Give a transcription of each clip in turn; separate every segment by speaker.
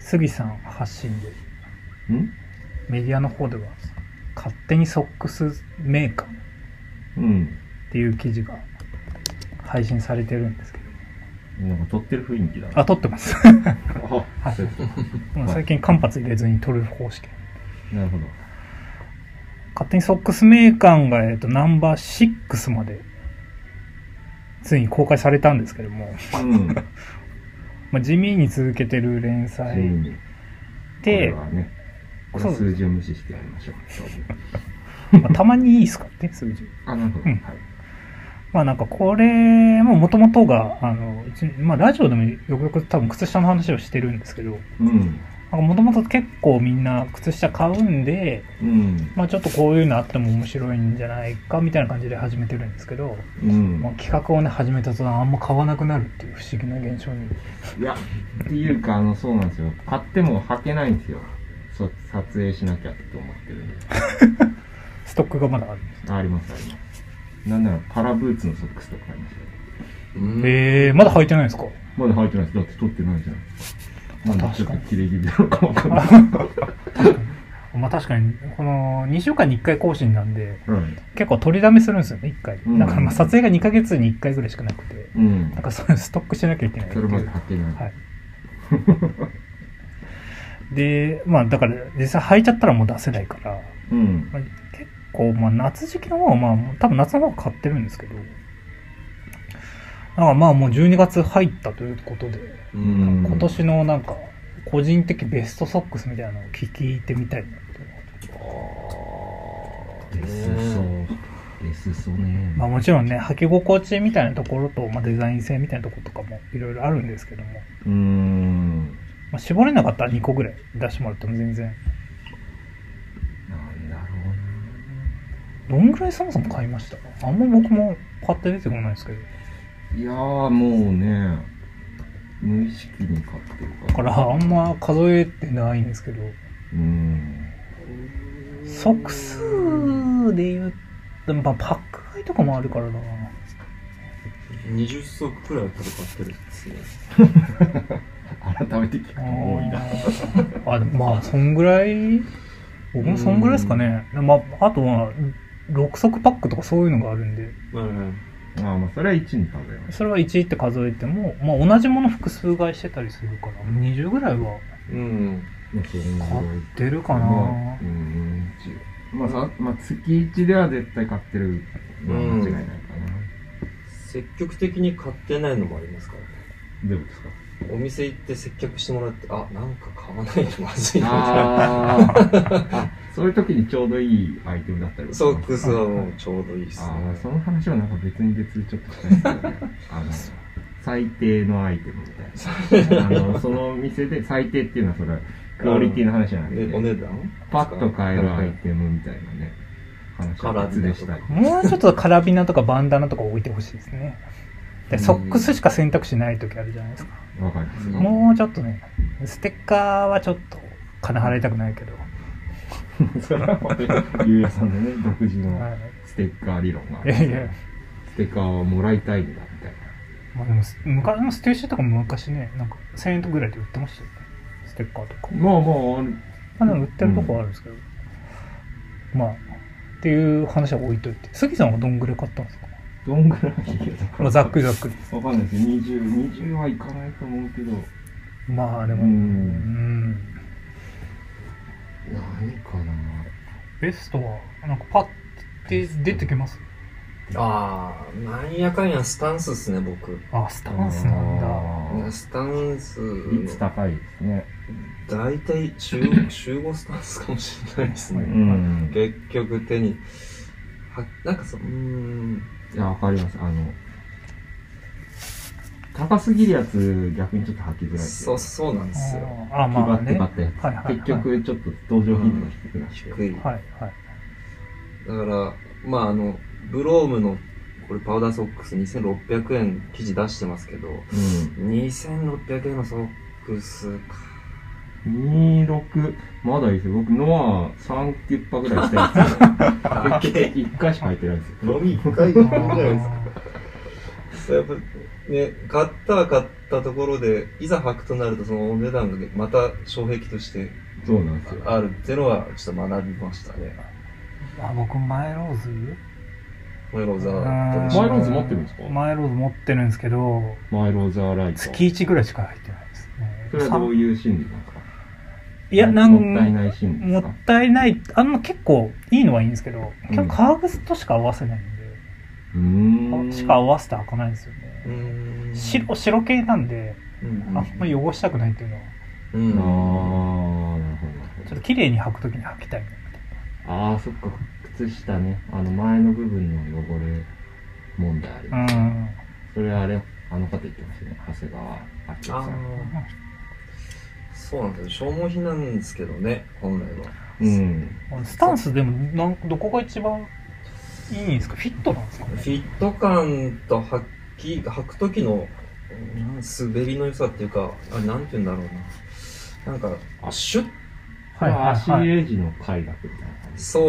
Speaker 1: 杉さん発信で
Speaker 2: うん
Speaker 1: メディアの方では勝手にソックスメーカーっ
Speaker 2: うん。
Speaker 1: ていう記事が配信されてるんですけど
Speaker 2: なんか撮ってる雰囲気だな。
Speaker 1: あ撮ってます
Speaker 2: あそういうこ
Speaker 1: もう最近間髪入れずに撮る方式
Speaker 2: となるほど。
Speaker 1: 勝手にソックスメーカーが、えっとナンバー6までついに公開されたんですけども、
Speaker 2: うん。
Speaker 1: まあ、地味に続けてる連載
Speaker 2: に。これ
Speaker 1: で、
Speaker 2: はね、これは数字を無視してやりましょう。そう
Speaker 1: まあ、たまにいいですからね数字
Speaker 2: あ、なるほど。
Speaker 1: う
Speaker 2: は
Speaker 1: ん
Speaker 2: い。
Speaker 1: まあなんかこれももともとがあの、一まあ、ラジオでもよくよく多分靴下の話をしてるんですけど
Speaker 2: うん。
Speaker 1: もともと結構みんな靴下買うんで、
Speaker 2: うん。
Speaker 1: まあ、ちょっとこういうのあっても面白いんじゃないかみたいな感じで始めてるんですけど、
Speaker 2: うん
Speaker 1: まあ、。企画をね始めた途端あんま買わなくなるっていう不思議な現象に
Speaker 2: いや、っていうか、あの、そうなんですよ。買っても履けないんですよ。そ撮影しなきゃって思ってるんで。
Speaker 1: ストックがまだあるんです
Speaker 2: あ、あります、あります。なんなら、パラブーツのソックスとか買いましたよ。
Speaker 3: うん
Speaker 1: えー、まだ履いてないんですか
Speaker 2: まだ履いてないです。だって撮ってないじゃないですか。なんでちょっ
Speaker 1: 確か
Speaker 2: と
Speaker 1: に
Speaker 2: 切れ気味なのかわかんない。
Speaker 1: まあ確かにこの2週間に1回更新なんで
Speaker 2: うん。
Speaker 1: 結構取りだめするんですよね1回、
Speaker 2: うん
Speaker 1: だからまあ撮影が2ヶ月に1回ぐらいしかなくて
Speaker 2: うん
Speaker 1: なん。かそれストックしなきゃいけないって
Speaker 2: そ
Speaker 1: い
Speaker 2: れまで
Speaker 1: う
Speaker 2: 履けない。
Speaker 1: はいでまあだから実際履いちゃったらもう出せないから、
Speaker 2: うん。
Speaker 1: まあ、結構まあ夏時期の方はまあ多分夏の方が買ってるんですけどだからまあもう12月入ったということで、
Speaker 3: うん
Speaker 1: 今年のなんか個人的ベストソックスみたいなのを聞いてみたいなと
Speaker 2: レスソー。レスソーね。
Speaker 1: まあもちろんね履き心地みたいなところと、まあ、デザイン性みたいなところとかもいろいろあるんですけども、
Speaker 2: うーん。
Speaker 1: まあ、絞れなかったら2個ぐらい出してもらっても全然
Speaker 2: なんだろ
Speaker 1: どんぐらいそもそも買いましたあんま僕も買って出てこないですけど
Speaker 2: うな。いやー、もうね、無意識に買ってる
Speaker 1: だ
Speaker 2: か。
Speaker 1: かららあんま数えてないんですけど
Speaker 2: うん。
Speaker 1: 即数で言うでもまあパック買いとかもあるからな
Speaker 3: 20足くらいは多分買ってるんですね
Speaker 2: 改めて聞くと多いな。
Speaker 1: あでもまあそんぐらい僕もそんぐらいですかねまああとは6足パックとかそういうのがあるんで
Speaker 3: うん
Speaker 2: まあまあ、それは1に数えます。
Speaker 1: それは1って数えても、まあ、同じもの複数買いしてたりするから20ぐらいは
Speaker 3: うん
Speaker 2: まあ、それぐらい
Speaker 1: 買ってるかな、
Speaker 2: まあうん、一まあ、さまあ、月1では絶対買ってる。まあ
Speaker 3: うん
Speaker 2: 間違いないかな。
Speaker 3: 積極的に買ってないのもありますからね
Speaker 2: どういうことですか
Speaker 3: お店行って接客してもらってあなんか買わないとまずいな
Speaker 2: あー あ、そういう時にちょうどいいアイテムだったりとか
Speaker 3: ソックスはもうちょうどいいです
Speaker 2: あ
Speaker 3: ね
Speaker 2: あその話はなんか別に別にちょっとしたいんですけどねあの最低のアイテムみ たいなあのその店で最低っていうのはそれはクオリティの話じゃなく
Speaker 3: でお
Speaker 2: て
Speaker 3: 値段
Speaker 2: パッと買えるアイテムみたいなね話は別でしたり
Speaker 1: もうちょっとカラビナとかバンダナとか置いてほしいですねでソックスしか選択肢ない時あるじゃないですか、
Speaker 2: わかります
Speaker 3: うん
Speaker 1: もうちょっとねステッカーはちょっと金払いたくないけど、
Speaker 2: それは本当にゆうやさんのね独自の
Speaker 1: は
Speaker 2: ステッカー理論があ
Speaker 1: い、い
Speaker 2: る
Speaker 1: やいや
Speaker 2: ステッカーをもらいたいんだみたいな
Speaker 1: まあでも昔のステーシーとかも昔ねなんか1000円ぐらいで売ってましたよねステッカーとか
Speaker 2: まあまあある
Speaker 1: まあでも売ってるとこはあるんですけど、まあっていう話は置いといて杉さんはどんぐらい買ったんですか、
Speaker 2: どんぐらいいやだか
Speaker 1: まあ、
Speaker 2: ら
Speaker 1: ざっくりざっくり
Speaker 2: わかんないですよ2020はいかないと思うけど
Speaker 1: まあでも
Speaker 2: う
Speaker 1: うんん
Speaker 2: 何かな
Speaker 1: ベストはなんかパッて出てきます
Speaker 3: ああなんやかんやスタンスっすね僕
Speaker 1: あスタンスなんだ
Speaker 3: いやスタンス
Speaker 2: 率高いですね。
Speaker 3: 大体週週5スタンスかもしれないですね、
Speaker 2: ん。
Speaker 3: 結局手にはなんかそうーん
Speaker 2: いや、わかります。あの、高すぎるやつ、逆にちょっと履きづらい。
Speaker 3: そうそうなんですよ
Speaker 1: あーあ
Speaker 2: 気張
Speaker 1: まあ
Speaker 2: って
Speaker 1: ね
Speaker 2: 買
Speaker 1: は
Speaker 2: ったやつ。
Speaker 1: いはい、
Speaker 2: 結局、ちょっと登場頻度が低くなって。
Speaker 3: 低いだか
Speaker 1: はいはい
Speaker 3: らまああのブロームのこれパウダーソックス2600円生地出してますけど2600円のソックスか
Speaker 2: うん。26、まだいいですよ。僕、ノア3キュッパぐらいしたやつ。結局、1回しか履いてないんですよ。
Speaker 3: 飲み1回分ぐらいです
Speaker 1: あ
Speaker 3: そうやっぱね買ったは買っったところで、いざ履くとなると、そのお値段がねまた障壁として
Speaker 2: そうなんですよ。
Speaker 3: あるっていうのは、ちょっと学びましたね。
Speaker 1: あ僕マイローズ
Speaker 3: これが小沢
Speaker 1: マ
Speaker 2: マイローズ持ってるんですか
Speaker 1: マイローズ持ってるんですけど
Speaker 2: マイローザーライト。
Speaker 1: 月1ぐらいしか入ってないですね
Speaker 2: それはどういう心理なんですか
Speaker 1: いやなん
Speaker 2: もったいない心理で
Speaker 1: も
Speaker 2: す
Speaker 1: っ
Speaker 2: か
Speaker 1: たいないあの結構いいのはいいんですけど
Speaker 2: うん
Speaker 1: 結構革靴としか合わせないんで、
Speaker 2: うーん。
Speaker 1: しか合わせて履かないんですよね、
Speaker 3: うん
Speaker 1: 白白系なんで
Speaker 3: うん
Speaker 1: あんまり汚したくないっていうのは
Speaker 2: あー、
Speaker 3: うん
Speaker 2: なるほどなるほど
Speaker 1: ちょっと綺麗に履くときに履きたいみたいな
Speaker 2: ああそっか靴下ねあの前の部分の汚れ問題あります、
Speaker 1: うん
Speaker 2: それあれあの方言ってましたね長谷川明夫さ
Speaker 3: あ
Speaker 2: ん
Speaker 3: ーそうなんですよ消耗品なんですけどね本来は
Speaker 2: うん
Speaker 1: スタンスでもなんどこが一番いいんですかフィットなんですか
Speaker 3: フ
Speaker 1: ね
Speaker 3: ィット感と履き履く時のなん滑りの良さっていうかあれなんて言うんだろうななんか
Speaker 2: あ
Speaker 3: シュッ
Speaker 2: これは足
Speaker 1: はい
Speaker 2: エイジの快楽みたいな感じ
Speaker 3: そ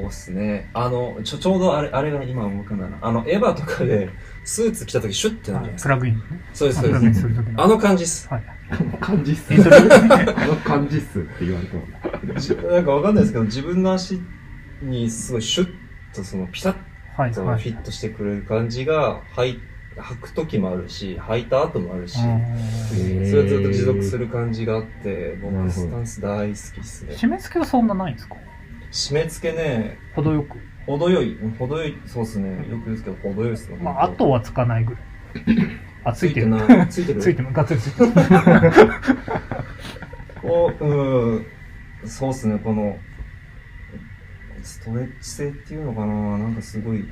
Speaker 3: うですねあのちょちょうどあれあれが今思い浮かんだなあのエヴァとかでスーツ着た時シュッてなるじゃないです
Speaker 1: プ
Speaker 3: か
Speaker 1: ラグインね
Speaker 3: そうです
Speaker 1: あプ
Speaker 3: そうで
Speaker 1: ラ
Speaker 3: す
Speaker 1: グインするときの
Speaker 3: あの感じ っす
Speaker 1: はい
Speaker 2: あの感じっす
Speaker 1: えっと
Speaker 2: あの感じっすって言われても
Speaker 3: じなんかわかんないですけど自分の足にすごいシュッとそのピタッ
Speaker 1: はい
Speaker 3: そ
Speaker 1: は
Speaker 3: の
Speaker 1: い
Speaker 3: フィットしてくれる感じが履い履く時もあるし履いた後もあるし、
Speaker 1: うん
Speaker 3: それはずっと持続する感じがあって
Speaker 2: なる
Speaker 3: 僕
Speaker 2: ほど
Speaker 3: スタンス大好きっすね
Speaker 1: 締め付けはそんなないんですか
Speaker 3: 締め付けね
Speaker 1: 程よく
Speaker 3: 程よい程よいそうっすねよく言うんですけど程よいっすね
Speaker 1: まああとはつかない ぐらいあつ
Speaker 3: つ
Speaker 1: いて
Speaker 3: いて
Speaker 1: る
Speaker 3: ないついてる
Speaker 1: ついてるガッツリつい てる
Speaker 3: こううんそうっすねこのストレッチ性っていうのかななんかすごいいい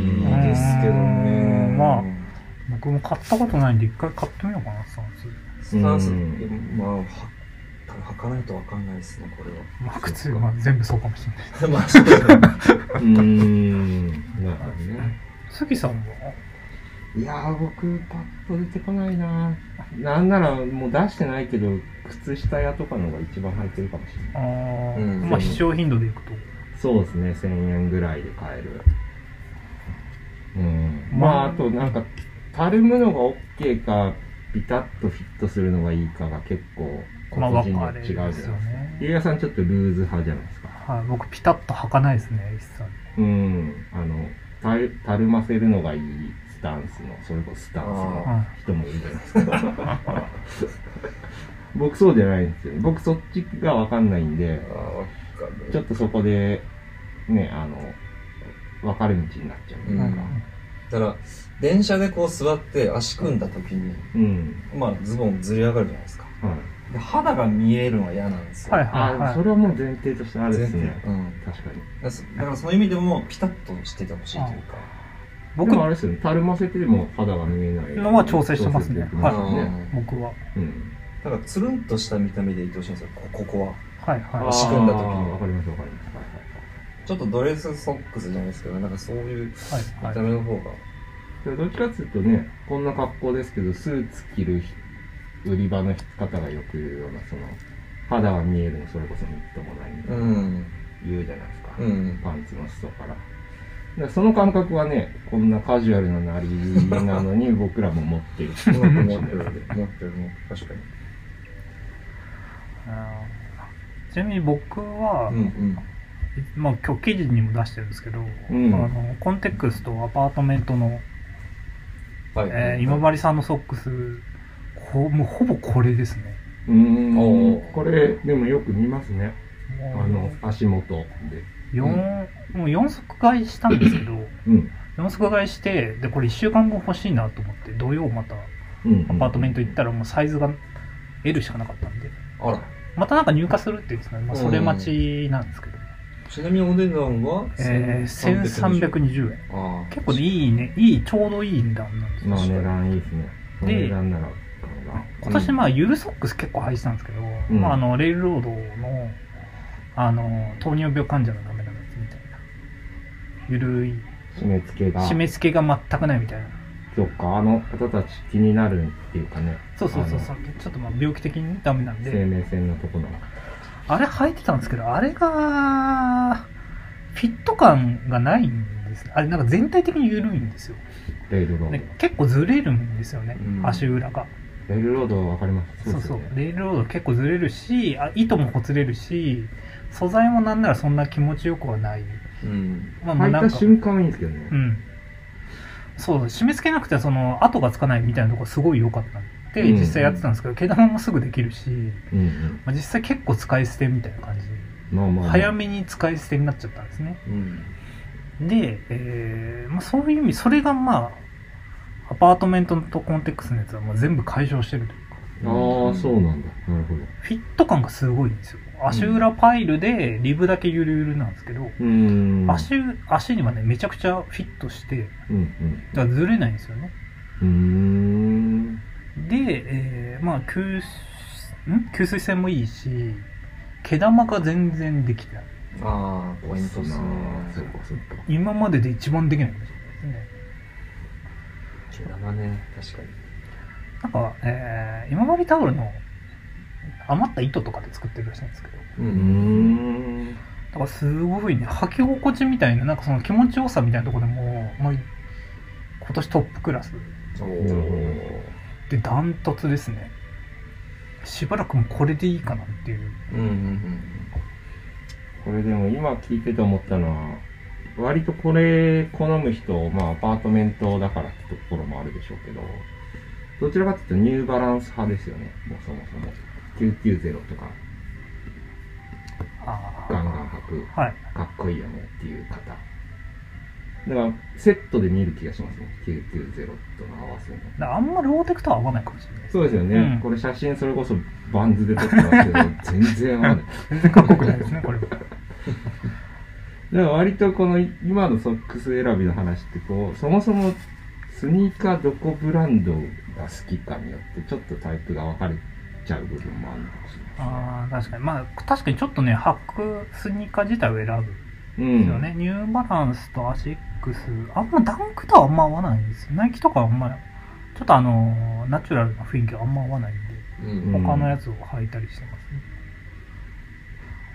Speaker 3: ですけ
Speaker 1: う
Speaker 3: どね
Speaker 1: んまあ僕も買ったことないんで一回買ってみようかなスタンス
Speaker 3: スタンス、
Speaker 2: うん
Speaker 3: まあ、は履かないとわかんないですね、これは。
Speaker 1: まあ靴まあ全部そうかもしれない
Speaker 3: まあ、そうですね。
Speaker 2: うーんなるほどね
Speaker 1: 杉さんも
Speaker 2: いやー僕パッと出てこないななんならもう出してないけど靴下屋とかのが一番履いてるかもしれない
Speaker 1: あー
Speaker 3: うん
Speaker 1: まあ視聴頻度でいくと
Speaker 2: そうですね、1000円ぐらいで買える。うん。
Speaker 1: ま
Speaker 2: ま
Speaker 1: あ
Speaker 2: あ、あとなんか、たるむのが OK か、ビタッとフィットするのがいいかが結構、個
Speaker 1: まあ
Speaker 2: 々
Speaker 1: 分
Speaker 2: 人
Speaker 1: か
Speaker 2: が
Speaker 1: れ
Speaker 2: 違う
Speaker 1: る
Speaker 2: じゃな
Speaker 1: で
Speaker 2: いですす
Speaker 1: よ
Speaker 2: か。
Speaker 1: ね
Speaker 2: ゆうやさんちょっとルーズ派じゃないですか。
Speaker 1: はい僕ピタッと履かないですね一切
Speaker 2: うん。あの、たるたるませるのがいいスタンスの、それこそスタンスの
Speaker 1: は
Speaker 2: 人もいるじゃないですか。 僕そうじゃないんですよ。僕そっちがわかんないんで、
Speaker 3: ああ、わかる。
Speaker 2: ちょっとそこで、ね、あの、分かれ道になっちゃうと
Speaker 1: い
Speaker 2: いううんか。
Speaker 3: だから、電車でこう座って足組んだ時に、
Speaker 2: うん。
Speaker 3: まあ、ズボンずり上がるじゃないですか。
Speaker 2: はい。
Speaker 3: で肌が見えるのは嫌なんですよ。
Speaker 1: はい
Speaker 2: あ、
Speaker 1: はいはい
Speaker 2: それはもう前提としてあるで
Speaker 3: 全
Speaker 2: す
Speaker 3: 然
Speaker 2: ね。
Speaker 3: うん。
Speaker 2: 確かに。
Speaker 3: だからそだからその意味でも、ピタッとしててほしいというか。
Speaker 2: 僕
Speaker 1: 僕
Speaker 2: もあれですよね、たるませてでも肌が見えない。
Speaker 1: のは調整してますね
Speaker 2: 調整できま
Speaker 3: う
Speaker 2: すよ
Speaker 3: ん
Speaker 2: ね。
Speaker 1: 僕は
Speaker 2: うん。
Speaker 3: だから、つるんとした見た目でいてほしいんですよ、こここは。
Speaker 1: はいは
Speaker 3: 仕組んだ時に
Speaker 2: あーわかりますわかります。はいはいはい
Speaker 3: ちょっとドレスソックスじゃないですけど、なんかそういう見
Speaker 1: いは
Speaker 3: た
Speaker 1: いはい
Speaker 3: 目の方が。
Speaker 2: でもどっちかっていうとね、こんな格好ですけど、スーツ着る人売り場の方がよく言うような、その、肌が見えるの、それこそみっともないみたいうな、
Speaker 3: ん。
Speaker 2: 言うじゃないですか。
Speaker 3: うん。
Speaker 2: パンツの裾から。だからその感覚はね、こんなカジュアルななりなの に僕らも持っている。
Speaker 3: うまく持ってる、 持ってる、確かに。
Speaker 1: うんちなみに僕は、
Speaker 3: うんうん。
Speaker 1: まあ、今日記事にも出してるんですけど、
Speaker 2: ん
Speaker 1: あのコンテックスとアパートメントの、
Speaker 3: はい。
Speaker 1: えー今治さんのソックスこうもうほぼこれですね
Speaker 2: うー
Speaker 3: お
Speaker 2: ん
Speaker 3: ー
Speaker 2: これでもよく見ますねあ
Speaker 1: もう
Speaker 2: の足元で
Speaker 1: 四もう4足買いしたんですけど
Speaker 2: うん
Speaker 1: 4足買いしてでこれ1週間分欲しいなと思って土曜また
Speaker 2: うん
Speaker 1: アパートメント行ったらもうサイズが L しかなかったんで
Speaker 3: あら。
Speaker 1: またなんか入荷するっていうんですかね、まあ、それ待ちなんですけど、
Speaker 3: ちなみにお値段は、
Speaker 1: えー、1320円
Speaker 3: ああ。
Speaker 1: 結構ねいいねいいちょうどいい値段なんですよ
Speaker 2: まあ値段いいですね
Speaker 1: で
Speaker 2: 値段なら
Speaker 1: 今年まあゆるソックス結構配信したんですけど、
Speaker 2: ん
Speaker 1: まあ、あのレールロードのあの糖尿病患者のためのやつみたいなゆるい
Speaker 2: 締め付けが
Speaker 1: 締め付けが全くないみたいな
Speaker 2: そっかあの方たち気になるっていうかね
Speaker 1: そうそうそうそうちょっとまあ病気的にダメなん
Speaker 2: 生
Speaker 1: で
Speaker 2: 命線のところが
Speaker 1: あれ履いてたんですけどあれがフィット感がないんでですね。あれ、なんか全体的に緩いんですよ。
Speaker 2: レイルロード。
Speaker 1: ね結構ずれるんですよね、
Speaker 3: うん
Speaker 1: 足裏が。
Speaker 2: レイルロードわかります
Speaker 1: そうそう
Speaker 2: ですよ。ね
Speaker 1: レールロード結構ずれるし、あ糸もほつれるし、素材もなんならそんな気持ちよくはない。
Speaker 3: うん。
Speaker 1: まあまあ
Speaker 2: 履い
Speaker 1: なん
Speaker 2: た
Speaker 1: か
Speaker 2: 瞬間はいいんですけどね
Speaker 1: う。ん。そう、締め付けなくて、その、跡がつかないみたいなところすごい良かったんで、
Speaker 2: うん
Speaker 1: 実際やってたんですけど、毛玉もすぐできるし、
Speaker 2: うんうん。
Speaker 1: まあ、実際結構使い捨てみたいな感じで、
Speaker 2: まあまあまあ。
Speaker 1: 早めに使い捨てになっちゃったんですね。
Speaker 3: うん。
Speaker 1: で、えーまあ、そういう意味、それがまあ、アパートメントとコンテックスのやつはまあ全部解消してるというか、
Speaker 2: ああ、そうなんだ。なるほど。
Speaker 1: フィット感がすごいんですよ。足裏パイルで、リブだけゆるゆるなんですけど、
Speaker 2: うーん。
Speaker 1: 足、足にはね、めちゃくちゃフィットして、
Speaker 2: うん
Speaker 1: だからずれないんですよね。
Speaker 2: うん。う
Speaker 1: で、えーまあ吸水ん吸水性もいいし毛玉が全然できてない
Speaker 3: ああ、
Speaker 2: ーん。
Speaker 3: ポイントっすね。
Speaker 2: そうか、そうか。
Speaker 1: 今までで一番できないかもしれないですね
Speaker 3: 毛玉ね、確かに。
Speaker 1: なんか、えー今治タオルの余った糸とかで作ってるらしいんですけど
Speaker 3: う
Speaker 2: うー。ん。
Speaker 1: だからすごいね履き心地みたいななんかその気持ちよさみたいなところでもうもう今年トップクラス
Speaker 3: お
Speaker 2: なる
Speaker 3: お。
Speaker 1: でダントツですねしばらくもうこれでいいかなっていう
Speaker 3: うんうん
Speaker 2: これでも今聞いてて思ったのは、割とこれ好む人、まあアパートメントだからってところもあるでしょうけど、どちらかというとニューバランス派ですよね、もうそもそも。990とか、
Speaker 1: あ
Speaker 2: ガンガン履く、
Speaker 1: あはい
Speaker 2: かっこいいよねっていう方。だから、セットで見る気がしますね、990との合わせの。
Speaker 1: だからあんまローテクとは合わないかもしれないです
Speaker 2: そうですよね、
Speaker 1: うん
Speaker 2: これ写真それこそバンズで撮ってますけど、全然合わない。
Speaker 1: 全然かっこよくない ですねこれは
Speaker 2: だから割とこの今のソックス選びの話ってこうそもそもスニーカーどこブランドが好きかによってちょっとタイプが分かれちゃう部分もあるのかもしれない
Speaker 1: ああ、確かに。まあ、確かにちょっとね、履くスニーカー自体を選ぶんで
Speaker 2: ですね。
Speaker 1: すよね。ニューバランスとアシックス、あんまダンクとはあんま合わないんですよ。ナイキとかはあんま、ちょっとあのー、ナチュラルな雰囲気があんま合わないんで、
Speaker 3: うん。
Speaker 2: う
Speaker 3: う
Speaker 2: ん
Speaker 3: ん。
Speaker 1: 他のやつを履いたりしてますね。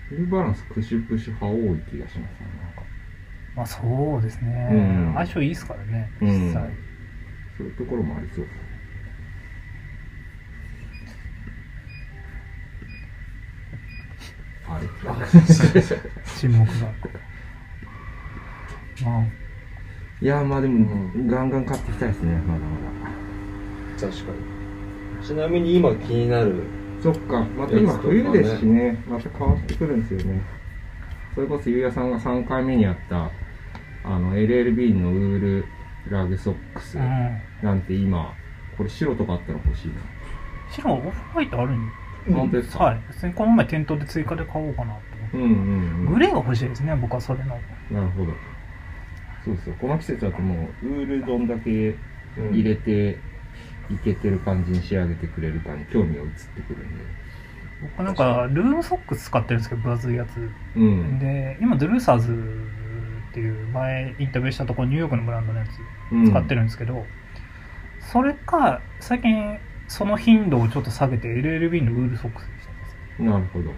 Speaker 2: フルバランスクシュクシュ派多い気がしますね。なんか
Speaker 1: まあ、そうですね。
Speaker 2: うん
Speaker 1: 相性いいですからね、
Speaker 2: うん
Speaker 1: 実際。
Speaker 2: そういうところもありそう。あれ
Speaker 1: 沈黙が。まあ、
Speaker 2: いやまあでも、
Speaker 3: う
Speaker 2: ガンガン買っていきたいですねまだまだ。
Speaker 3: 確かに。ちなみに今気になる。
Speaker 2: そっか、また今冬ですしね、また変わってくるんですよね。それこそ、ゆうやさんが3回目にやった、あの、LLB のウールラグソックス
Speaker 1: うん。
Speaker 2: なんて今、これ白とかあったら欲しいな。
Speaker 1: 白はオフホワイトあるん
Speaker 2: うん本当ですか
Speaker 1: はい。別にこの前店頭で追加で買おうかなと思って。
Speaker 2: うんうんうん。
Speaker 1: グレーが欲しいですね、僕はそれの。
Speaker 2: なるほど。そうそう、この季節だともう、ウールどんだけ入れて、いけてる感じに仕上げてくれるかに興味が移ってくるんで。
Speaker 1: 僕なんかルームソックス使ってるんですけど分厚いやつ
Speaker 2: うん。
Speaker 1: で今ドゥルーサーズっていう前インタビューしたところニューヨークのブランドのやつ
Speaker 2: うん
Speaker 1: 使って。るんですけど、それか最近その頻度をちょっと下げて LLB のウールソックスにしてます
Speaker 2: なるほど。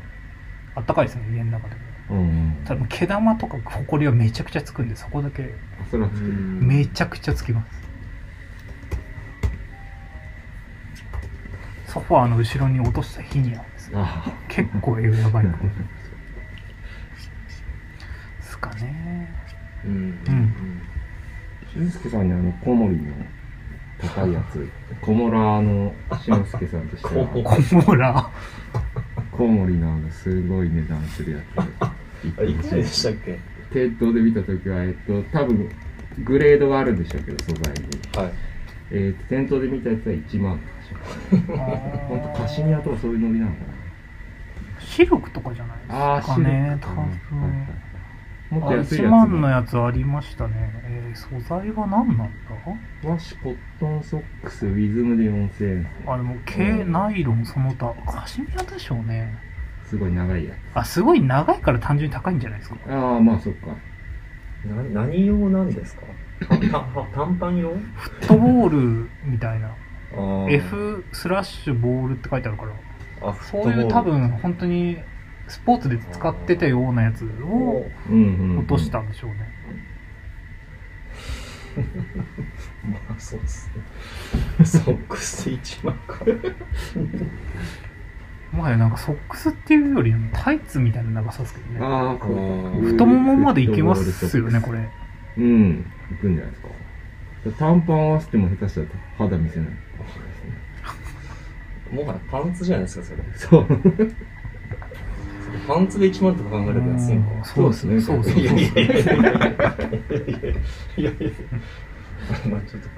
Speaker 1: あったかいですね家の中でも
Speaker 2: うんうん。
Speaker 1: 多分毛玉とかホコリはめちゃくちゃつくんでそこだけ
Speaker 2: それは作る。
Speaker 1: めちゃくちゃつきます、ソファーの後ろに落とした日にはですね
Speaker 2: ああ。
Speaker 1: 結構えやばいことですかね
Speaker 3: うん。
Speaker 1: う
Speaker 2: 俊介さんにあの小森の高いやつ小モラーの俊介さんとして
Speaker 3: 小
Speaker 2: は
Speaker 1: コモラ
Speaker 2: 小森のあのすごい値段するやつ
Speaker 3: あ、いくらでしたっけ
Speaker 2: 店頭で見た時はえっと多分グレードがあるんでしょうけど素材に、
Speaker 3: はい。
Speaker 2: えーと店頭で見たやつは1万とかしますほんとカシミヤとかそういうノリなのか
Speaker 1: シルクとかじゃないです
Speaker 2: なあー
Speaker 1: か
Speaker 2: 白
Speaker 1: ね
Speaker 2: と
Speaker 1: 多
Speaker 2: か
Speaker 1: 分
Speaker 2: はいはいもっと安い
Speaker 1: 1
Speaker 2: やつ
Speaker 1: 万の
Speaker 2: は
Speaker 1: やつありましたね、えー素材は何なんだ
Speaker 2: 和紙コットンソックスウィズムで4000円
Speaker 1: あれも毛、
Speaker 2: うん
Speaker 1: ナイロンその他カシミヤでしょうね
Speaker 2: すごい長いや
Speaker 1: あすごい長いから単純に高いんじゃないですか
Speaker 2: つああまあそっか
Speaker 3: な何用なんですかたた短パン用
Speaker 1: フットボールみたいな
Speaker 3: あー
Speaker 1: F スラッシュボールって書いてあるから
Speaker 3: あ
Speaker 1: そういう多分本当にスポーツで使ってたようなやつを
Speaker 3: も
Speaker 2: うんうん、うん、
Speaker 1: 落としたんでしょうね。
Speaker 3: まあそうっす ね。ソックス1万か。
Speaker 1: もはやなんかソックスっていうよりタイツみたいな長さですけどね
Speaker 2: ああ、こう。
Speaker 1: 太ももまでいけますよねこれ
Speaker 2: れ。うん。いくんじゃないですか。短パン合わせても下手したら肌見せないかもしれないですね。
Speaker 3: もはやパンツじゃないですか、それ。
Speaker 2: そう。
Speaker 3: パンツで1万とか考えると安いのか。
Speaker 1: そうですね
Speaker 2: そ
Speaker 1: そううそ
Speaker 2: で
Speaker 1: う
Speaker 2: すね
Speaker 1: そう
Speaker 3: いやいやいやいやいやいやいやいやまあちょっと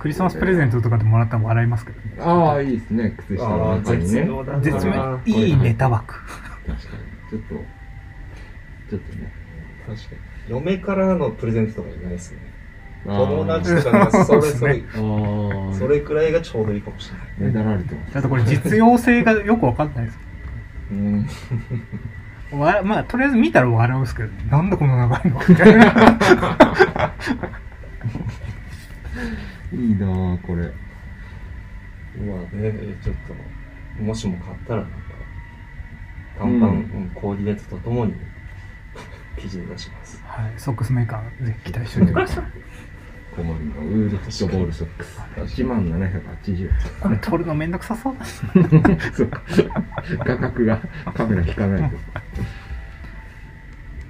Speaker 1: クリスマスプレゼントとかでもらったら笑いますけど ね
Speaker 2: ああ、いいですね。靴下の中にね。
Speaker 3: あー
Speaker 1: 絶
Speaker 3: 絶妙
Speaker 1: 妙
Speaker 3: だ
Speaker 1: いいネタ枠
Speaker 2: 確かに。ちょっと、ちょっとね。
Speaker 3: 確かに嫁からのプレゼントとかじゃないですね
Speaker 2: あー
Speaker 3: 友達とかがそれそれ
Speaker 2: あー
Speaker 3: それくらいがちょうどいいかもしれない
Speaker 2: ねだられてます。
Speaker 1: あとこれ実用性がよくわかんないです
Speaker 3: うん
Speaker 1: わまあとりあえず見たら笑うんですけどねなんでこの長いの みたいな
Speaker 2: いいなあこれ。
Speaker 3: まあねちょっともしも買ったらなんか短パン、うんコーディネートとともに記事に出します
Speaker 1: はいソックスメーカーぜひ期待しておいてください
Speaker 2: 小森のウールフットボールソックス。1万780円。
Speaker 1: これ撮るのめんどくさそうだし
Speaker 2: そうか。価格がカメラ引かないと。